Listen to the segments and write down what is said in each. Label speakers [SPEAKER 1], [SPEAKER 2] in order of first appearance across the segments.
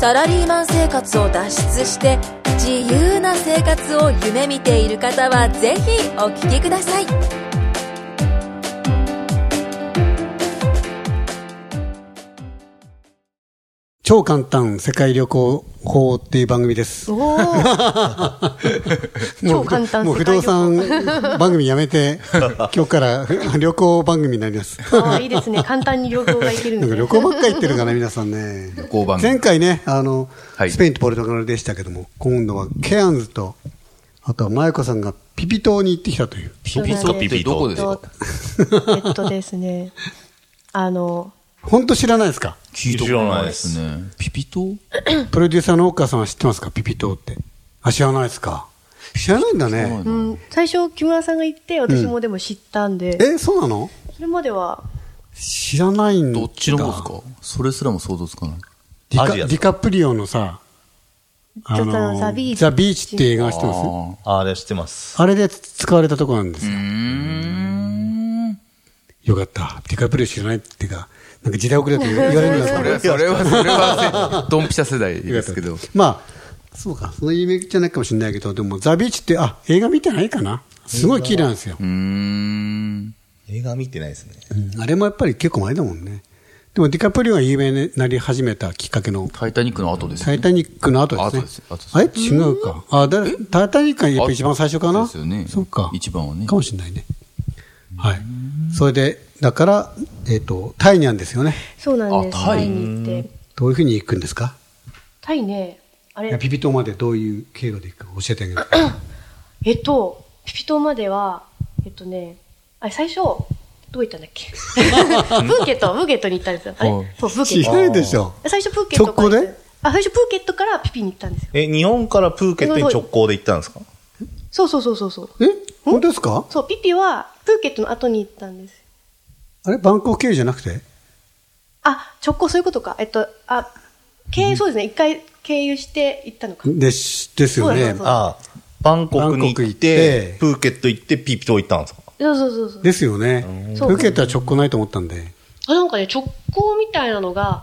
[SPEAKER 1] サラリーマン生活を脱出して自由な生活を夢見ている方はぜひお聞きください
[SPEAKER 2] 超簡単世界旅行法っていう番組です。
[SPEAKER 3] おー
[SPEAKER 2] もう
[SPEAKER 3] 超簡単
[SPEAKER 2] もう不
[SPEAKER 3] 世界
[SPEAKER 2] 動
[SPEAKER 3] 旅行
[SPEAKER 2] 産番組やめ て、今日から旅行番組になります。
[SPEAKER 3] あーいいですね。簡単に旅行が行けるん
[SPEAKER 2] な
[SPEAKER 3] で
[SPEAKER 2] ん
[SPEAKER 3] す
[SPEAKER 2] か旅
[SPEAKER 3] ね
[SPEAKER 2] 行ばっかり行ってるかな、皆さんね。
[SPEAKER 4] 交番
[SPEAKER 2] 前回ね、あの、
[SPEAKER 4] はい
[SPEAKER 2] スペインとポルトガルでしたけども、今度はケアンズと、あとはマユコさんがピピ島に行ってきたという。
[SPEAKER 4] ピピとピピと。どこですか
[SPEAKER 3] えっとですね。あの、
[SPEAKER 2] 本当知らないですか
[SPEAKER 4] 聞いたことないですね。ピピと
[SPEAKER 2] プロデューサーの大川さんは知ってますかピピ島って。あ、知らないですか知らないんだね。
[SPEAKER 3] うん、最初木村さんが行って、私もでも知ったんで、
[SPEAKER 2] え、そうなの
[SPEAKER 3] それまでは、
[SPEAKER 2] 知らないんだ。
[SPEAKER 4] どっちの方ですかそれすらも想像つかない。
[SPEAKER 2] ディカ
[SPEAKER 5] アジア
[SPEAKER 2] ディカプリオのさ、
[SPEAKER 3] ちょっとあのザビーチ
[SPEAKER 2] ザビーチって映画知ってます
[SPEAKER 4] あ
[SPEAKER 5] あれ知ってます。
[SPEAKER 2] あれで使われたとこなんですよ。
[SPEAKER 4] ーうーん。
[SPEAKER 2] よかった。ディカプリオ知らないっていうか、なんか時代遅れだと言われるんだ
[SPEAKER 4] そ
[SPEAKER 2] か
[SPEAKER 4] れ
[SPEAKER 2] ら。
[SPEAKER 4] は、それは、それは、ドンピシャ世代ですけど。
[SPEAKER 2] まあ、そうか、その有名じゃないかもしれないけど、でもザビーチって、あ、映画見てないかな。すごい綺麗なんですよ。
[SPEAKER 4] うーん。
[SPEAKER 5] 映画見てないですね。
[SPEAKER 2] うんあれもやっぱり結構前だもんね。でもディカプリオが有名になり始めたきっかけの、
[SPEAKER 4] タイタニックの後です
[SPEAKER 2] タイタニックの後ですね。
[SPEAKER 4] 後です後です
[SPEAKER 2] あれ違うか。あ、だタイタニックがやっぱ一番最初かな。
[SPEAKER 4] あそうですよね
[SPEAKER 2] そうか。
[SPEAKER 4] 一番はね
[SPEAKER 2] かもしれないね。はい。それで、だから、えっ、と、タイにゃんですよね。
[SPEAKER 3] そうなんです。
[SPEAKER 4] あタイ
[SPEAKER 3] タイに行って。
[SPEAKER 2] どういうふうに行くんですか
[SPEAKER 3] タイね、あ
[SPEAKER 2] いや
[SPEAKER 3] れ、
[SPEAKER 2] ピピ島までどういう経路で行くか教えてあげる。
[SPEAKER 3] えっと、ピピ島までは、えっとね、あれ最初、どこ行ったんだっ けプーケット、プーケットに行ったんですよ。あれ
[SPEAKER 4] はい
[SPEAKER 3] そう、プーケット。
[SPEAKER 2] 違うでしょ。
[SPEAKER 3] 最初プーケットから
[SPEAKER 2] 直行で
[SPEAKER 3] あ、最初プーケットからピピに行ったんですよ。
[SPEAKER 5] え、日本からプーケットに直行で行ったんですか
[SPEAKER 3] そうそうそうそうそう。
[SPEAKER 2] え本当ですか
[SPEAKER 3] そう、ピピはプーケットの後に行ったんです。
[SPEAKER 2] あれバンコク経由じゃなくて
[SPEAKER 3] あ、直行そういうことか。えっと、あ、経由、そうですね。一回経由して行ったのか。
[SPEAKER 2] です、ですよ
[SPEAKER 3] そうだ
[SPEAKER 2] ね
[SPEAKER 3] そう。だ
[SPEAKER 5] ああ、バンコクに
[SPEAKER 2] バンコク行
[SPEAKER 5] 行
[SPEAKER 2] っ
[SPEAKER 5] ってて、プーケット行って、ピピ島行ったんですか
[SPEAKER 3] そうそうそうそう。
[SPEAKER 2] ですよね。
[SPEAKER 3] そう
[SPEAKER 2] 受けたら直行ないと思ったんで。
[SPEAKER 3] あ、なんかね、直行みたいなのが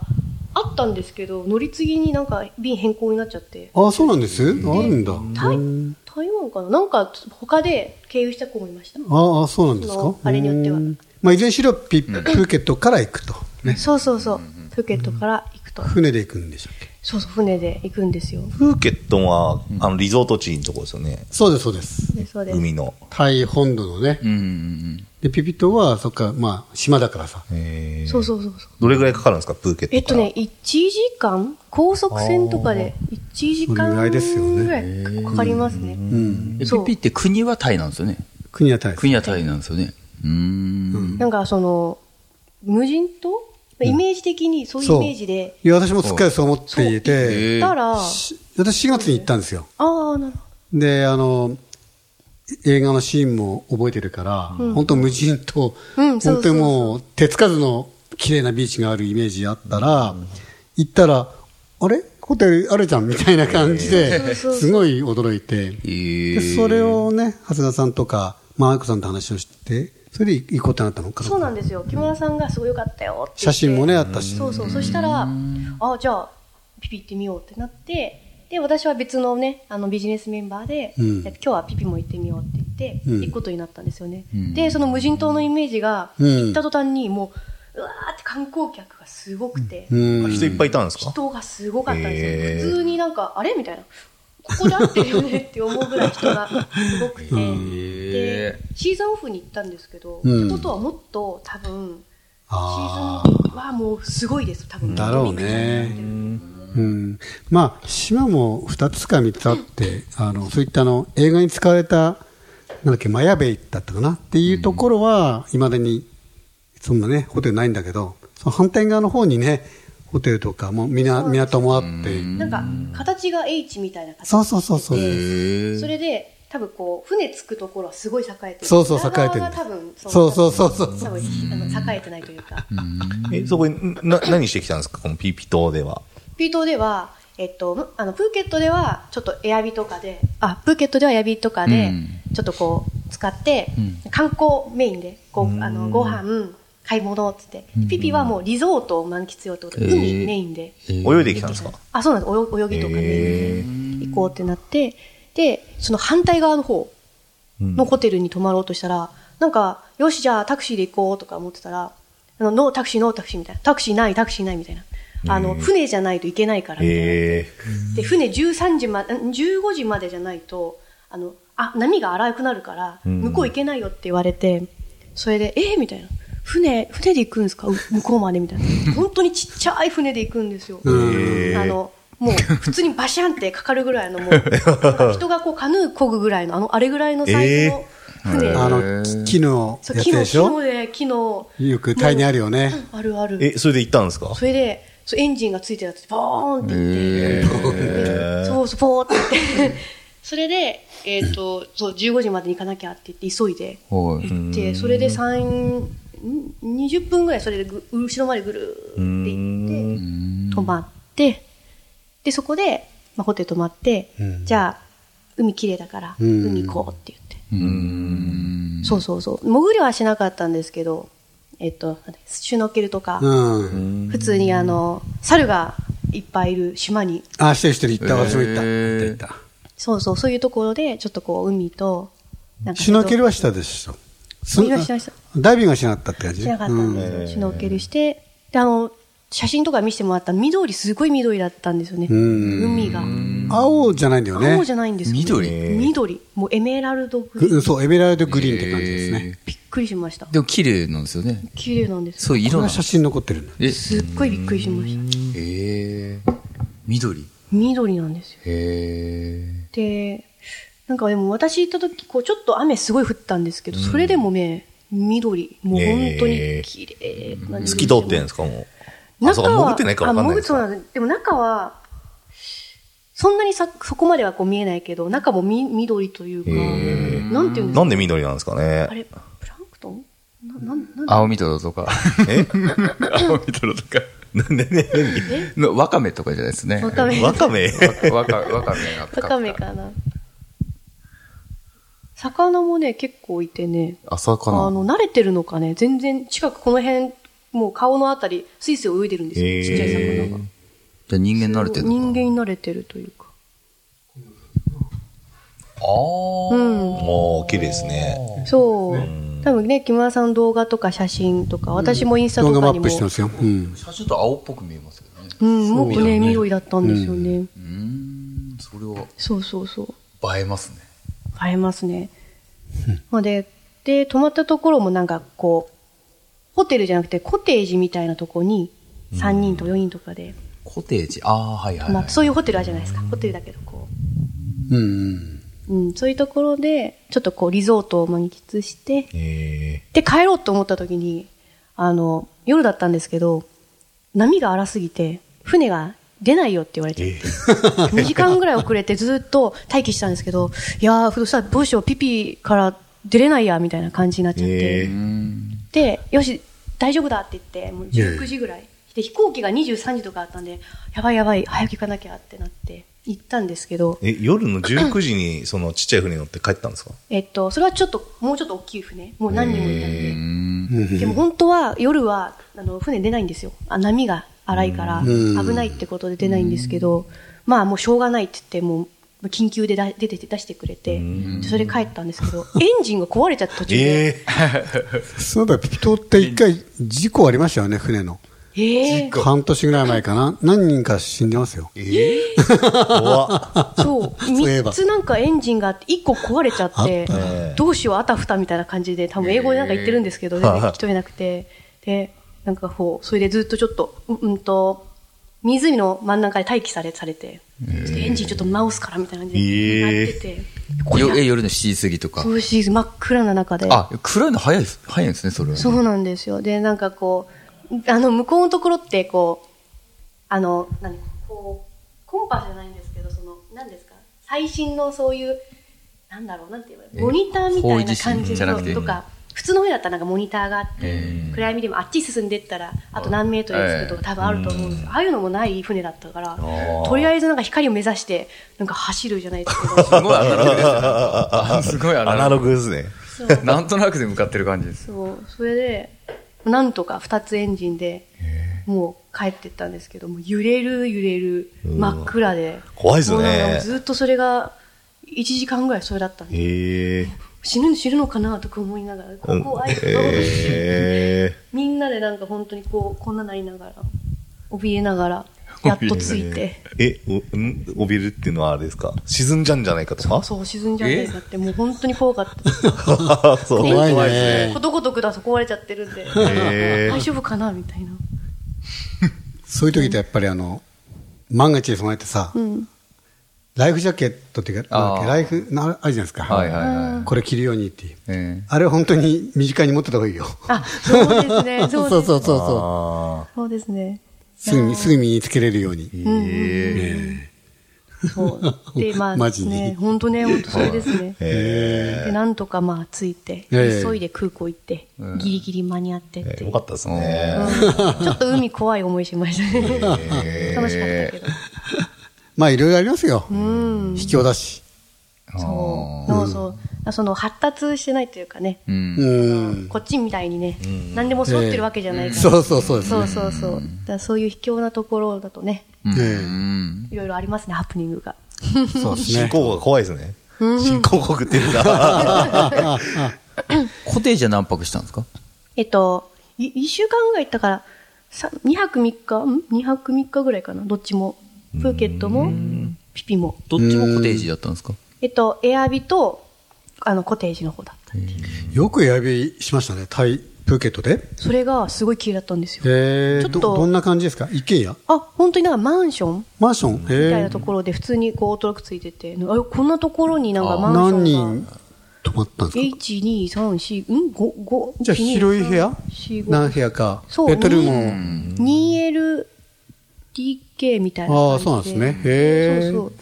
[SPEAKER 3] あったんですけど、乗り継ぎになんか便変更になっちゃって。
[SPEAKER 2] あ、そうなんですあるんだ。
[SPEAKER 3] 台台湾かななんか他で経由した子もいました。
[SPEAKER 2] ああ、そうなんです
[SPEAKER 3] そ
[SPEAKER 2] か
[SPEAKER 3] の。あれによっては
[SPEAKER 2] うんまあ、いずれにしろピ、プーケットから行くと。ね。
[SPEAKER 3] そうそうそう。プーケットから行くと。
[SPEAKER 2] 船で行くんでしたっけ
[SPEAKER 3] そうそう、船で行くんですよ。
[SPEAKER 5] プーケットは、あの、リゾート地のとこですよね。
[SPEAKER 2] そうです、そうです。
[SPEAKER 3] でそうです。
[SPEAKER 5] 海の。
[SPEAKER 2] タイ本土のね
[SPEAKER 4] う。んうんうん。
[SPEAKER 2] で、ピピ島は、そっか、まあ、島だからさ。
[SPEAKER 5] えー
[SPEAKER 3] そうそうそうそう。
[SPEAKER 5] どれぐらいかかるんですか、プーケット
[SPEAKER 3] えっと
[SPEAKER 5] から
[SPEAKER 3] ね、1時間高速船とかで1時間
[SPEAKER 2] お
[SPEAKER 3] ぐ
[SPEAKER 2] 願いですよね
[SPEAKER 3] らいかかりますね。
[SPEAKER 2] うん。
[SPEAKER 4] えピ
[SPEAKER 3] そう
[SPEAKER 4] ピって国はタイなんですよね。
[SPEAKER 2] 国はタイ。
[SPEAKER 4] 国はタイなんですよね。うーん。
[SPEAKER 3] なんかその、無人島イメージ的にそういうイメージで、
[SPEAKER 2] いや、私もすっかりそう思っていて、
[SPEAKER 4] え
[SPEAKER 3] たら、あ
[SPEAKER 2] し私4月に行ったんですよ。
[SPEAKER 3] あ、なるほ
[SPEAKER 2] で、あの、映画のシーンも覚えてるから、本当無人島、
[SPEAKER 3] うんそ
[SPEAKER 2] 本当
[SPEAKER 3] うそうそう
[SPEAKER 2] にもう手つかずの綺麗なビーチがあるイメージあったら、行ったら、あれホテルあるじゃんみたいな感じで、
[SPEAKER 3] そうそうそう
[SPEAKER 2] すごい驚いて、
[SPEAKER 4] え
[SPEAKER 2] で
[SPEAKER 4] ー
[SPEAKER 2] それをね、長谷川さんとか、まあ、愛子さんと話をして、それで行こうってなったのか
[SPEAKER 3] ど。そうなんですよ。木村さんがすごい良かったよって言って
[SPEAKER 2] 写真もね、あったし。
[SPEAKER 3] そうそう。そしたら、ああ、じゃあ、ピピ行ってみようってなって、で、私は別のね、あのビジネスメンバーで、
[SPEAKER 2] うん
[SPEAKER 3] じゃあ今日はピピも行ってみようって言って、
[SPEAKER 2] うん
[SPEAKER 3] 行くことになったんですよね。で、その無人島のイメージが、
[SPEAKER 2] うん
[SPEAKER 3] 行った途端にもう、うわーって観光客がすごくて、
[SPEAKER 2] うん
[SPEAKER 5] あ人いっぱいいたんですか
[SPEAKER 3] 人がすごかったんですよ。
[SPEAKER 5] へー
[SPEAKER 3] 普通になんか、あれみたいな。ここで合ってるよねって思うぐらい人がすごくて。で、シーズンオフに行ったんですけど、
[SPEAKER 2] うん
[SPEAKER 3] ってことはもっと多分、シ
[SPEAKER 2] あ
[SPEAKER 3] ー
[SPEAKER 2] ー
[SPEAKER 3] ズンはもうすごいです、多分。
[SPEAKER 2] だろうね。うん、まあ島も2つか3つあってあのそういったあの映画に使われたなんだっけマヤベイだったかなっていうところはいまだにそんなねホテルないんだけどその反対側の方にねホテルとかもみな港もあって
[SPEAKER 3] なんか、形が H みたいな形。
[SPEAKER 2] そうそうそうそう
[SPEAKER 4] えー
[SPEAKER 3] それで、多分こう、船着くところはすごい栄えてる。
[SPEAKER 2] そうそう栄えてる
[SPEAKER 3] 北側が多分、
[SPEAKER 2] そうそうそうそう
[SPEAKER 3] 多分あの栄えてないというか。
[SPEAKER 5] え、そこに、な、何してきたんですかこのピーピ島では。
[SPEAKER 3] ピー島では、えっと、むあの、プーケットでは、ちょっとエアビとかで、あ、プーケットではエアビとかで
[SPEAKER 4] うん、
[SPEAKER 3] ちょっとこう、使って、
[SPEAKER 4] うん
[SPEAKER 3] 観光メインで、こう、あの、ご飯、買い物っつって、ピピはもうリゾートを満喫用ってことで、
[SPEAKER 4] へー
[SPEAKER 3] 海メインで。
[SPEAKER 5] 泳いできたんですか
[SPEAKER 3] あ、そうなんです。およ泳ぎとかメイン
[SPEAKER 5] へ
[SPEAKER 3] で行こうってなって、で、その反対側の方のホテルに泊まろうとしたら、なんか、よし、じゃあタクシーで行こうとか思ってたら、あの、ノータクシー、ノータクシーみたいな。タクシーない、タクシーないみたいな。あの、船じゃないといけないからみたいな。
[SPEAKER 5] へ
[SPEAKER 3] で、船13時まで、ん15時までじゃないと、あの、あ、波が荒くなるから、向こう行けないよって言われて、それで、えーみたいな。船、船で行くんですかう向こうまでみたいな。本当にちっちゃい船で行くんですよ。
[SPEAKER 5] へー
[SPEAKER 3] あの、もう普通にバシャンってかかるぐらいのもう、なんか人がこうカヌー漕ぐぐらいの、あの、あれぐらいのサイズの船。
[SPEAKER 2] あの、き木の
[SPEAKER 3] そう、
[SPEAKER 2] やつ
[SPEAKER 3] 木の、
[SPEAKER 2] で
[SPEAKER 3] 木
[SPEAKER 2] しょ
[SPEAKER 3] ので、木の、
[SPEAKER 2] よくタイにあるよね。
[SPEAKER 3] あるある。
[SPEAKER 5] え。え、それで行ったんですか
[SPEAKER 3] それで、そうエンジンがついてたって、ボーンって言って、そうそう、ボーンって言って、それで、えっ、と、そう、15時までに行かなきゃって言って、急いで
[SPEAKER 4] はい
[SPEAKER 3] 行って、それで3、ん20分ぐらいそれでぐ後ろまでぐるーって行って、泊まって、で、そこで、まあ、ホテル泊まって、じゃあ、海綺麗だから、
[SPEAKER 2] ん
[SPEAKER 3] 海行こうって言って。
[SPEAKER 4] うん
[SPEAKER 3] そうそうそう。潜りはしなかったんですけど、えっ、と、なんだシュノーケルとか、
[SPEAKER 2] うん。
[SPEAKER 3] 普通にあの猿がいっぱいいる島に
[SPEAKER 2] あ、してるしてる、行った、私も行った。行
[SPEAKER 4] へー
[SPEAKER 2] った行った。
[SPEAKER 3] そうそうそういうところでちょっとこう海となんか
[SPEAKER 2] シュノーケルはしたでしょ。
[SPEAKER 3] シュノーケルはしなかった
[SPEAKER 2] ダイビングはしなかったって感じ
[SPEAKER 3] しなかったん
[SPEAKER 2] うん
[SPEAKER 3] ですよ、シュノーケルしてであの写真とか見せてもらった緑すごい緑だったんですよね
[SPEAKER 2] ん
[SPEAKER 3] 海が
[SPEAKER 2] 青じゃないんだよね。
[SPEAKER 3] 青じゃないんですよ
[SPEAKER 4] 緑
[SPEAKER 3] 緑もうエメラルドグリーン
[SPEAKER 2] ぐそう、エメラルドグリーンって感じですね。
[SPEAKER 3] びっくりしました
[SPEAKER 4] でも綺麗なんですよね
[SPEAKER 3] 綺麗なんですよ
[SPEAKER 4] そういう
[SPEAKER 2] こ
[SPEAKER 4] 色
[SPEAKER 2] れ
[SPEAKER 4] な
[SPEAKER 2] が
[SPEAKER 4] ん
[SPEAKER 2] 写真残ってるんだ。
[SPEAKER 4] え
[SPEAKER 3] すっごいびっくりしました
[SPEAKER 4] えー、緑
[SPEAKER 3] 緑なんですよ
[SPEAKER 4] へ
[SPEAKER 3] でなんかでも私行った時こうちょっと雨すごい降ったんですけど、それでもね緑もう本当に綺麗な
[SPEAKER 5] 透
[SPEAKER 3] 緑
[SPEAKER 5] き通ってんですかもう。あ、そうか、潜ってないから分かんない
[SPEAKER 3] あ潜
[SPEAKER 5] です
[SPEAKER 3] そうな
[SPEAKER 5] か
[SPEAKER 3] んですでも中はそんなにさそこまではこう見えないけど中もみ緑というかなんていうんです
[SPEAKER 5] な
[SPEAKER 3] か
[SPEAKER 5] んで緑なんですかね
[SPEAKER 3] あれプランクトンななんなん
[SPEAKER 4] ー青緑とか
[SPEAKER 5] え
[SPEAKER 4] 青緑とか
[SPEAKER 5] なんでね、
[SPEAKER 4] のわかめとかじゃないですね
[SPEAKER 3] わかめ
[SPEAKER 5] 何わ かめ
[SPEAKER 4] わかわかめがピカピカ
[SPEAKER 3] 高めかな魚もね結構いてね
[SPEAKER 4] 朝か
[SPEAKER 3] あ
[SPEAKER 4] な
[SPEAKER 3] の、慣れてるのかね、全然近くこの辺、もう顔のあたり、スイスイ泳いでるんですよ、
[SPEAKER 5] へー
[SPEAKER 3] ちっちゃい魚が。
[SPEAKER 4] じゃあ人間慣れてるのか
[SPEAKER 3] 人
[SPEAKER 4] な
[SPEAKER 3] 間に慣れてるというか。
[SPEAKER 4] あ
[SPEAKER 3] うん。
[SPEAKER 5] もう、綺麗ですね。
[SPEAKER 3] そう。多分ね、木村さん動画とか写真とか、私もインスタ
[SPEAKER 2] 動画
[SPEAKER 3] と
[SPEAKER 2] マ
[SPEAKER 3] かに
[SPEAKER 2] ッ
[SPEAKER 3] も
[SPEAKER 2] プ、してますよ。うん
[SPEAKER 4] あ。写真と青っぽく見えますけどね
[SPEAKER 3] うん、もっとね、緑だったんですよね。
[SPEAKER 4] うーんそれは
[SPEAKER 3] そうそうそう。
[SPEAKER 4] 映えますね
[SPEAKER 3] 映えますね。まあで、で、泊まったところもなんかこう、ホテルじゃなくてコテージみたいなとこに、3人と4人とかで、
[SPEAKER 4] コテージああはいはい、
[SPEAKER 3] ま
[SPEAKER 4] はい
[SPEAKER 3] あそういうホテルあるじゃないですか。ホテルだけどこう、
[SPEAKER 2] うん。
[SPEAKER 3] うん、そういうところで、ちょっとこう、リゾートを満喫して、で、帰ろうと思った時に、あの、夜だったんですけど、波が荒すぎて、船が出ないよって言われて、2時間ぐらい遅れてずっと待機したんですけど、いやー、ふとしたらどうしよう、ピピから出れないや、みたいな感じになっちゃって、で、よし、大丈夫だって言って、もう19時ぐらい。で、飛行機が23時とかあったんで、やばいやばい、早く行かなきゃってなって、行ったんですけど、
[SPEAKER 5] え、夜の19時に、そのちっちゃい船乗って帰ったんですか
[SPEAKER 3] えっと、それはちょっと、もうちょっと大きい船、もう何人もいたん
[SPEAKER 2] う
[SPEAKER 3] で、でも本当は夜はあの船出ないんですよ、あ波が荒いから、
[SPEAKER 2] ん
[SPEAKER 3] 危ないってことで出ないんですけど、まあもうしょうがないって言って、もう緊急でだ出てて出してくれて、でそれで帰ったんですけど、エンジンが壊れちゃった途中で、
[SPEAKER 5] え
[SPEAKER 2] そうだ、ピピ島って一回事故ありましたよね、船の。
[SPEAKER 3] えー
[SPEAKER 2] 半年ぐらい前かな。何人か死んでますよ。
[SPEAKER 5] ー、怖っ
[SPEAKER 3] そう、
[SPEAKER 2] ういえ
[SPEAKER 3] 3
[SPEAKER 2] ば
[SPEAKER 3] つなんかエンジンがあって、1個壊れちゃって
[SPEAKER 5] あったね、
[SPEAKER 3] どうしよう、あたふたみたいな感じで、多分英語でなんか言ってるんですけど、全然聞き取れなくて、で、なんかこう、それでずっとちょっと、ううんと、湖の真ん中で待機されされて、ちょっとエンジンちょっと直すからみたいな感じで、なってて、これ
[SPEAKER 4] よえ
[SPEAKER 3] や、
[SPEAKER 4] 夜の7時過ぎとか
[SPEAKER 3] そうし真っ暗な中で、
[SPEAKER 4] あ暗いの早いです早いですねそれはね
[SPEAKER 3] そうなんですよ。で、なんかこう、あの、向こうのところって、こう、あの、何こう、コンパじゃないんですけど、その、何ですか最新のそういう、なんだろう、なんて言えばいい
[SPEAKER 4] え
[SPEAKER 3] のモニターみたいな感
[SPEAKER 4] 方位磁
[SPEAKER 3] じ
[SPEAKER 4] 針じゃなくて
[SPEAKER 3] のとか、普通の船だったらなんかモニターがあって、
[SPEAKER 4] ええ
[SPEAKER 3] 暗闇でもあっち進んでったら、あと何メートルつくとか多分あると思うんですよ。ああいうのもない船だったから、とりあえずなんか光を目指して、なんか走るじゃないですけど、
[SPEAKER 4] すごいアナログですねあ。すごいア
[SPEAKER 5] ア
[SPEAKER 4] ナ
[SPEAKER 5] ナ
[SPEAKER 4] ロ
[SPEAKER 5] ログですね。
[SPEAKER 4] グ。なんとなくで向かってる感じです。
[SPEAKER 3] そう、それで、なんとか2つエンジンで、もう帰ってったんですけど、もう揺れる揺れる、真っ暗で。
[SPEAKER 5] 怖いですね
[SPEAKER 3] もうなんかもうずっとそれが、1時間ぐらいそれだったんで、
[SPEAKER 5] へえ。
[SPEAKER 3] 死ぬ、死ぬのかなとか思いながら、こう怖い、
[SPEAKER 5] へ
[SPEAKER 3] みんなでなんか本当にこう、こんななりながら、怯えながら、やっとついて、
[SPEAKER 5] え。え、おん怯えるっていうのはあれですか沈んじゃうんじゃないかとか
[SPEAKER 3] そう、沈んじゃうんじゃないかって、もう本当に怖かった。
[SPEAKER 5] あ そう
[SPEAKER 2] 怖いね
[SPEAKER 3] ことごとくだと壊れちゃってるんで、
[SPEAKER 5] へー
[SPEAKER 3] 大丈夫かなみたいな。
[SPEAKER 2] そういう時ってやっぱりあの万が一に備えてさ、
[SPEAKER 3] ん
[SPEAKER 2] ライフジャケットっていうかなんだっけ
[SPEAKER 4] あー
[SPEAKER 2] ライフなあるじゃないですか、
[SPEAKER 4] はいはいはい。
[SPEAKER 2] これ着るようにっていう、
[SPEAKER 4] え
[SPEAKER 2] あれは本当に身近に持ってた方がいいよ
[SPEAKER 3] あ、そうですね、そうです
[SPEAKER 2] そうそ
[SPEAKER 3] ね。
[SPEAKER 2] うそうそ
[SPEAKER 5] あ
[SPEAKER 3] そうですね。
[SPEAKER 2] うすぐにすぐ身につけれるように、
[SPEAKER 4] ええ
[SPEAKER 3] そう。で、まあ、
[SPEAKER 2] マジに
[SPEAKER 3] ね、本当ね、本当それですね。で、なんとかまあ、着いて、
[SPEAKER 2] ええ
[SPEAKER 3] 急いで空港行って、ギリギリ間に合ってって
[SPEAKER 5] え。
[SPEAKER 3] いう。
[SPEAKER 5] よかったですね。
[SPEAKER 3] うんちょっと海怖い思いしましたね。楽しかったけど。
[SPEAKER 2] まあいろいろありますよ、卑怯だし
[SPEAKER 3] そう。そうそう。その発達してないというかね、
[SPEAKER 4] うん。
[SPEAKER 2] うん
[SPEAKER 3] こっちみたいにね、何でも揃ってるわけじゃないから。
[SPEAKER 2] そうそうそうですね
[SPEAKER 3] そうそうそう。だからそういう卑怯なところだとね、
[SPEAKER 2] え
[SPEAKER 4] うん。
[SPEAKER 3] いろいろありますね、ハプニングが。
[SPEAKER 2] えそうです
[SPEAKER 5] 新
[SPEAKER 2] ね
[SPEAKER 5] 興国が怖いですね。新興国っていうか。
[SPEAKER 4] コテージは何泊したんですか
[SPEAKER 3] えっと、い1週間ぐらい行ったから、さ2泊3日、ん ?2 泊3日ぐらいかな、どっちも。プーケットも、ピピも。
[SPEAKER 4] どっちもコテージだったんですか
[SPEAKER 3] えっと、エアビと、あの、コテージの方だった。
[SPEAKER 2] よくエアビーしましたねタイプーケットで
[SPEAKER 3] それがすごい綺麗だったんですよ。
[SPEAKER 2] ええ
[SPEAKER 3] ちょっと
[SPEAKER 2] どどんな感じですか一軒家
[SPEAKER 3] あ、本当になんかマンション
[SPEAKER 2] マンション、
[SPEAKER 3] みたい
[SPEAKER 2] え
[SPEAKER 3] なところで普通にこうオートロックついてて、あこんなところになんか
[SPEAKER 2] え
[SPEAKER 3] マ
[SPEAKER 2] 何
[SPEAKER 3] ンション
[SPEAKER 2] 人
[SPEAKER 3] が。
[SPEAKER 2] 泊まったんですか
[SPEAKER 3] 1、2、3、4、ん ?5、5。
[SPEAKER 2] じゃあ広い部屋
[SPEAKER 3] 4、
[SPEAKER 2] 何
[SPEAKER 3] 5。
[SPEAKER 2] 部屋か
[SPEAKER 3] そう
[SPEAKER 2] ベッドルームも
[SPEAKER 3] 2LDK みたいな感じで。
[SPEAKER 2] ああそうなんですねへえ
[SPEAKER 3] そうそう。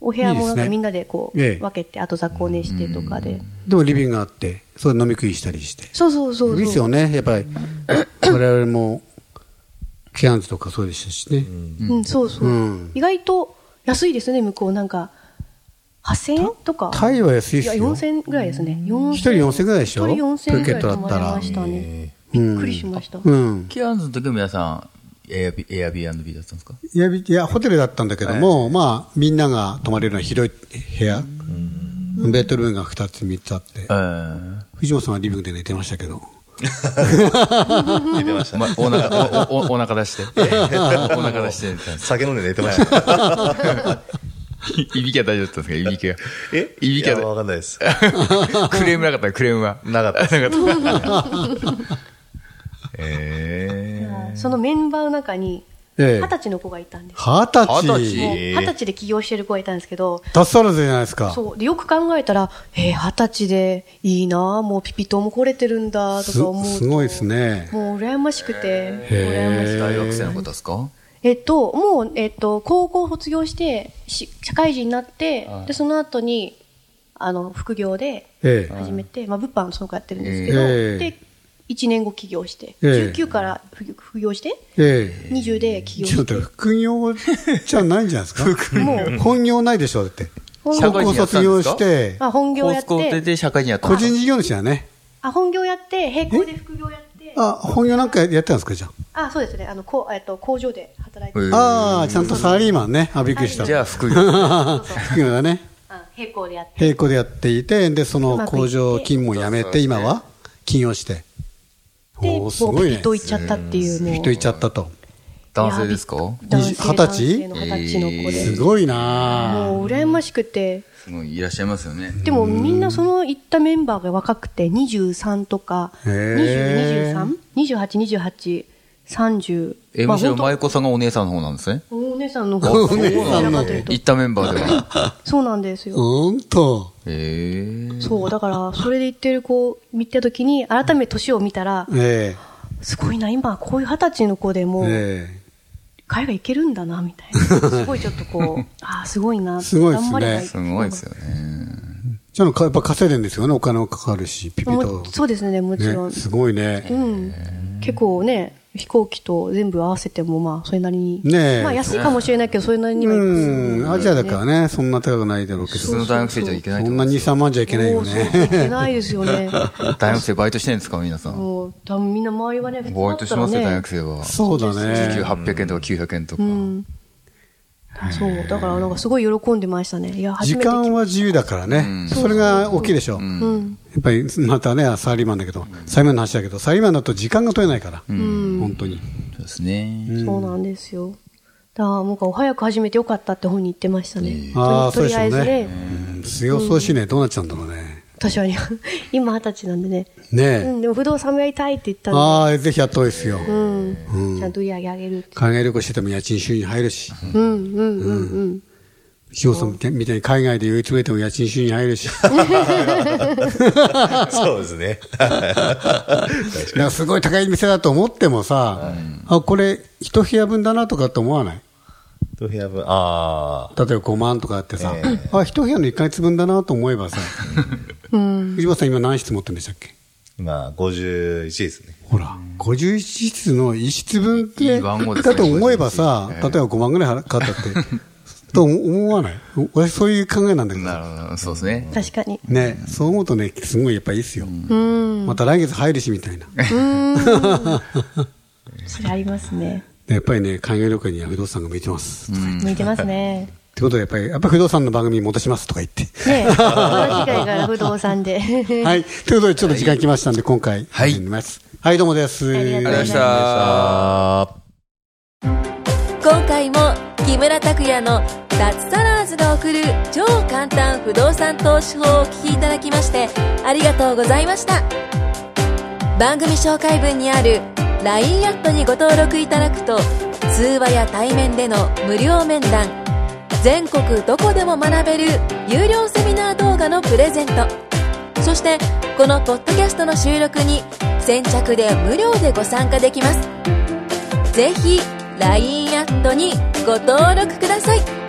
[SPEAKER 3] お部屋
[SPEAKER 2] い
[SPEAKER 3] もなん
[SPEAKER 2] いです
[SPEAKER 3] か
[SPEAKER 2] ね
[SPEAKER 3] みんなでこう
[SPEAKER 2] ええ
[SPEAKER 3] 分けて、あと雑魚寝してとかで。
[SPEAKER 2] でもリビングがあって、それ飲み食いしたりして。
[SPEAKER 3] そうそうそうそう。
[SPEAKER 2] いいですよね、やっ ぱり。我々も、ケアンズとかそうでしたしね。
[SPEAKER 3] うん、そうそう
[SPEAKER 2] うん。
[SPEAKER 3] 意外と安いですね、向こうなんか。8000円とか。
[SPEAKER 2] タイは安い
[SPEAKER 3] い
[SPEAKER 2] です
[SPEAKER 3] や、
[SPEAKER 2] よ。
[SPEAKER 3] 4000円ぐらいですね。4000
[SPEAKER 2] 一人4000ぐらいでしょ
[SPEAKER 3] 一人4000
[SPEAKER 2] プー
[SPEAKER 3] ぐ
[SPEAKER 2] ケッ
[SPEAKER 3] らい
[SPEAKER 2] トだ
[SPEAKER 3] 泊
[SPEAKER 2] っ
[SPEAKER 3] ま
[SPEAKER 2] た
[SPEAKER 3] り
[SPEAKER 2] ら
[SPEAKER 3] ましたね。びっくりしました。
[SPEAKER 2] うん。
[SPEAKER 4] ケアンズの時も皆さん、エアビ、エアビービーだったんですか
[SPEAKER 2] いや、いやホテルだったんだけども、まあ、みんなが泊まれるような広い部屋。ベッドルームが2つ3つあって、
[SPEAKER 4] え
[SPEAKER 2] 藤本さんはリビングで寝てましたけど。
[SPEAKER 5] 寝てまし
[SPEAKER 4] え
[SPEAKER 5] た
[SPEAKER 4] ま
[SPEAKER 5] ね。
[SPEAKER 4] お腹、お、お、お腹出して。 お腹出してみたいな。
[SPEAKER 5] 酒飲んで寝てましたね。
[SPEAKER 4] いびきは大丈夫だったんですかいびきは。
[SPEAKER 5] え
[SPEAKER 4] いびき
[SPEAKER 5] やわ
[SPEAKER 4] は。
[SPEAKER 5] かんないです。
[SPEAKER 4] クレームなかったクレームは。
[SPEAKER 5] なかったです。
[SPEAKER 4] なかった。 え
[SPEAKER 3] そのメンバーの中に、
[SPEAKER 2] ええ
[SPEAKER 3] 二十歳の子がいたんです。
[SPEAKER 2] 二十歳。
[SPEAKER 3] も
[SPEAKER 4] 二
[SPEAKER 3] う
[SPEAKER 4] 十
[SPEAKER 5] ええ
[SPEAKER 3] 二十歳で起業してる子がいたんですけど、
[SPEAKER 2] 脱サラズじゃないですか。
[SPEAKER 3] そう。で、よく考えたら、えー、二十歳でいいなあもうピピ党も来れてるんだ、と
[SPEAKER 2] す
[SPEAKER 3] か思うと。
[SPEAKER 2] すごいです。ね。
[SPEAKER 3] もう羨ましくて、
[SPEAKER 2] へ
[SPEAKER 3] 羨ましく
[SPEAKER 4] え
[SPEAKER 3] て。
[SPEAKER 4] 大学生の子ですか
[SPEAKER 3] えっと、もう、えっと、高校卒業して、し社会人になって、で、その後に、あの、副業で
[SPEAKER 2] ええ。
[SPEAKER 3] 始めて、まあ、物販その子やってるんですけど、
[SPEAKER 2] ええ
[SPEAKER 3] で、1年後起業して、
[SPEAKER 2] ええ
[SPEAKER 3] 19から副業副業して、
[SPEAKER 2] え
[SPEAKER 3] 20で起
[SPEAKER 2] え。
[SPEAKER 3] 業
[SPEAKER 2] ちょ
[SPEAKER 3] し
[SPEAKER 2] ってと、、副業じゃないんじゃないですか。
[SPEAKER 3] もう、
[SPEAKER 2] 本業ないでしょだって
[SPEAKER 3] 本
[SPEAKER 2] 高
[SPEAKER 3] 業
[SPEAKER 2] 校卒業して
[SPEAKER 3] あ、本業
[SPEAKER 4] 高
[SPEAKER 3] やっ
[SPEAKER 4] 校出
[SPEAKER 3] て、
[SPEAKER 4] て社会人やったん
[SPEAKER 2] 個
[SPEAKER 4] ですか
[SPEAKER 2] 人事業主だね
[SPEAKER 3] あ、本業やって、並行で副業やって、
[SPEAKER 2] あ本業なんかやってたんですかじゃ
[SPEAKER 3] あ、そうですね、あの、こう、えっと、工場で働いて
[SPEAKER 4] へえ
[SPEAKER 3] る、
[SPEAKER 2] ああーちゃんとサラリーマンねあびっくりした
[SPEAKER 4] じゃあ副業。
[SPEAKER 3] そうそう
[SPEAKER 2] 副業だね
[SPEAKER 3] あ並行でやって、
[SPEAKER 2] 並行でやっていてでそうの
[SPEAKER 3] まくい
[SPEAKER 2] 工場
[SPEAKER 3] って
[SPEAKER 2] 勤務をやめて今は起業して
[SPEAKER 3] で、
[SPEAKER 2] お
[SPEAKER 3] も
[SPEAKER 2] お
[SPEAKER 3] う
[SPEAKER 2] すごい
[SPEAKER 3] ピ
[SPEAKER 2] ね
[SPEAKER 3] ピと行っちゃったっていう、もう。
[SPEAKER 2] 人いっちゃったと
[SPEAKER 4] 男性ですか
[SPEAKER 3] 男性
[SPEAKER 2] 20
[SPEAKER 3] 男性の二十歳の子
[SPEAKER 4] え
[SPEAKER 3] で、
[SPEAKER 2] すごいな
[SPEAKER 3] もう羨ましくて、
[SPEAKER 4] すごいいらっしゃいますよね。
[SPEAKER 3] でもみんなその行ったメンバーが若くて、23とか、
[SPEAKER 2] へー
[SPEAKER 3] 20、23、28、28、30、
[SPEAKER 4] え、
[SPEAKER 3] ま
[SPEAKER 4] む
[SPEAKER 3] あ
[SPEAKER 4] しろ
[SPEAKER 3] 本当
[SPEAKER 4] 舞子さんがお姉さんの方なんですね。
[SPEAKER 3] お姉さんの方が
[SPEAKER 2] お姉さんの方
[SPEAKER 3] どちらかとい
[SPEAKER 4] 行
[SPEAKER 3] う
[SPEAKER 4] ったメンバーで は。
[SPEAKER 3] とそうなんですよ。
[SPEAKER 2] うんと
[SPEAKER 4] ええ。
[SPEAKER 3] そう、だから、それで言ってる子を見たときに、改めて年を見たら、
[SPEAKER 2] え
[SPEAKER 3] すごいな、今、こういう二十歳の子で
[SPEAKER 2] え
[SPEAKER 3] も、
[SPEAKER 2] ええ
[SPEAKER 3] 海外行けるんだな、み たいな。すごいちょっとこう、ああ、すごいな、
[SPEAKER 2] すごいですね
[SPEAKER 3] 頑張れば
[SPEAKER 4] すごいですよね。
[SPEAKER 2] じゃあ、やっぱ稼いでるんですよね。お金もかかるし、ピピ
[SPEAKER 3] も
[SPEAKER 2] と
[SPEAKER 3] う。そうですね、もちろん。
[SPEAKER 2] ね、すごいね。
[SPEAKER 3] うん、結構ね、飛行機と全部合わせても、まあ、それなりに、
[SPEAKER 2] ねえ
[SPEAKER 3] まあ、安いかもしれないけど、それなりにはいく
[SPEAKER 2] うん、アジアだからね、そんな高くないだろうけど、
[SPEAKER 4] 普通の大学生じゃいけない
[SPEAKER 2] そ
[SPEAKER 4] と
[SPEAKER 2] ん
[SPEAKER 4] 思
[SPEAKER 2] な
[SPEAKER 4] う
[SPEAKER 2] 2、3万じゃいけないよ
[SPEAKER 3] もうそうい
[SPEAKER 2] ね。
[SPEAKER 3] けないですよね。
[SPEAKER 4] 大学生バイトしてるんですか皆さん
[SPEAKER 3] もう、多分みんな周りはね、普通
[SPEAKER 4] バ
[SPEAKER 3] だ
[SPEAKER 4] イト
[SPEAKER 3] っ
[SPEAKER 4] したま
[SPEAKER 3] ら
[SPEAKER 4] すよ大
[SPEAKER 3] ね
[SPEAKER 4] 学。生は
[SPEAKER 2] そうだ
[SPEAKER 4] 時給
[SPEAKER 2] ね。
[SPEAKER 4] 800円とか900円とか、
[SPEAKER 3] うん。そう、だからなんかすごい喜んでましたね。いや、初
[SPEAKER 2] 時
[SPEAKER 3] めて聞いた。
[SPEAKER 2] 間は自由だからね。それが大きいでしょ。や
[SPEAKER 3] うん。
[SPEAKER 2] っぱり、またね、サラリーマンだけど、サラリーマンの話だけど、サラリーマンだと時間が取れないから、本当に。
[SPEAKER 4] そうですね、
[SPEAKER 3] そうなんですよ。だから、もうこう早く始めてよかったって本に言ってましたね。
[SPEAKER 2] ああ、
[SPEAKER 3] と
[SPEAKER 2] そう
[SPEAKER 3] り
[SPEAKER 2] でし
[SPEAKER 3] あ
[SPEAKER 2] ょう
[SPEAKER 3] えず
[SPEAKER 2] ね
[SPEAKER 3] ね。。
[SPEAKER 2] うん強そうしね、どうなっちゃうんだろうね。
[SPEAKER 3] 確かに。 今二十歳なんでね。う
[SPEAKER 2] ねえ。
[SPEAKER 3] ん、でも不動産もやりたいって言ったんで。
[SPEAKER 2] ああ、ぜひやった方がいいですよ。
[SPEAKER 3] うん。ちゃんと売り上げ上げるって。
[SPEAKER 2] 海外旅行してても家賃収入入るし、
[SPEAKER 3] うんうんうんうん。
[SPEAKER 2] 志保さんみたいみたいに海外で唯一めても家賃収入入るし。
[SPEAKER 5] そうですね。
[SPEAKER 2] だからすごい高い店だと思ってもさ、あこれ、一部屋分だなとかって思わない
[SPEAKER 5] と部屋分、あ
[SPEAKER 2] 例えば5万とかあってさ、あ一部屋の1ヶ月分だなと思えばさ、藤本さん、今、何室持ってるんでしたっけ
[SPEAKER 5] ー、まあ、51ですね。
[SPEAKER 2] ほら、51室の1室分っ
[SPEAKER 4] い
[SPEAKER 2] て
[SPEAKER 4] い番号ですね
[SPEAKER 2] だと思えばさ、例えば5万ぐらい払った って、と思わない私、そういう考えなんだけどさ、
[SPEAKER 4] なるほどそうですね、
[SPEAKER 3] 確かに。
[SPEAKER 2] ね、そう思うとね、すごいやっぱいいっすよ。また来月入るしみた いな。
[SPEAKER 3] それありますね。
[SPEAKER 2] でやっぱりね、海外旅行には不動産が向いてます。っ
[SPEAKER 3] 向いてます ね。
[SPEAKER 2] てことで、やっぱり、やっぱり不動産の番組に戻しますとか言って。
[SPEAKER 3] ねえ、この機会から不動産で。
[SPEAKER 2] はい。ということで、ちょっと時間来ましたんで、今回、
[SPEAKER 4] はい
[SPEAKER 2] 終わります。はい、どうもです。
[SPEAKER 3] ありがとうございました
[SPEAKER 4] ありがとうございました
[SPEAKER 1] 今回も木村拓哉の脱サラーズが送る超簡単不動産投資法をお聞きいただきましてありがとうございました番組紹介文にある LINE アットにご登録いただくと通話や対面での無料面談全国どこでも学べる有料セミナー動画のプレゼントそしてこのポッドキャストの収録に先着で無料でご参加できますぜひ LINE アットにご登録ください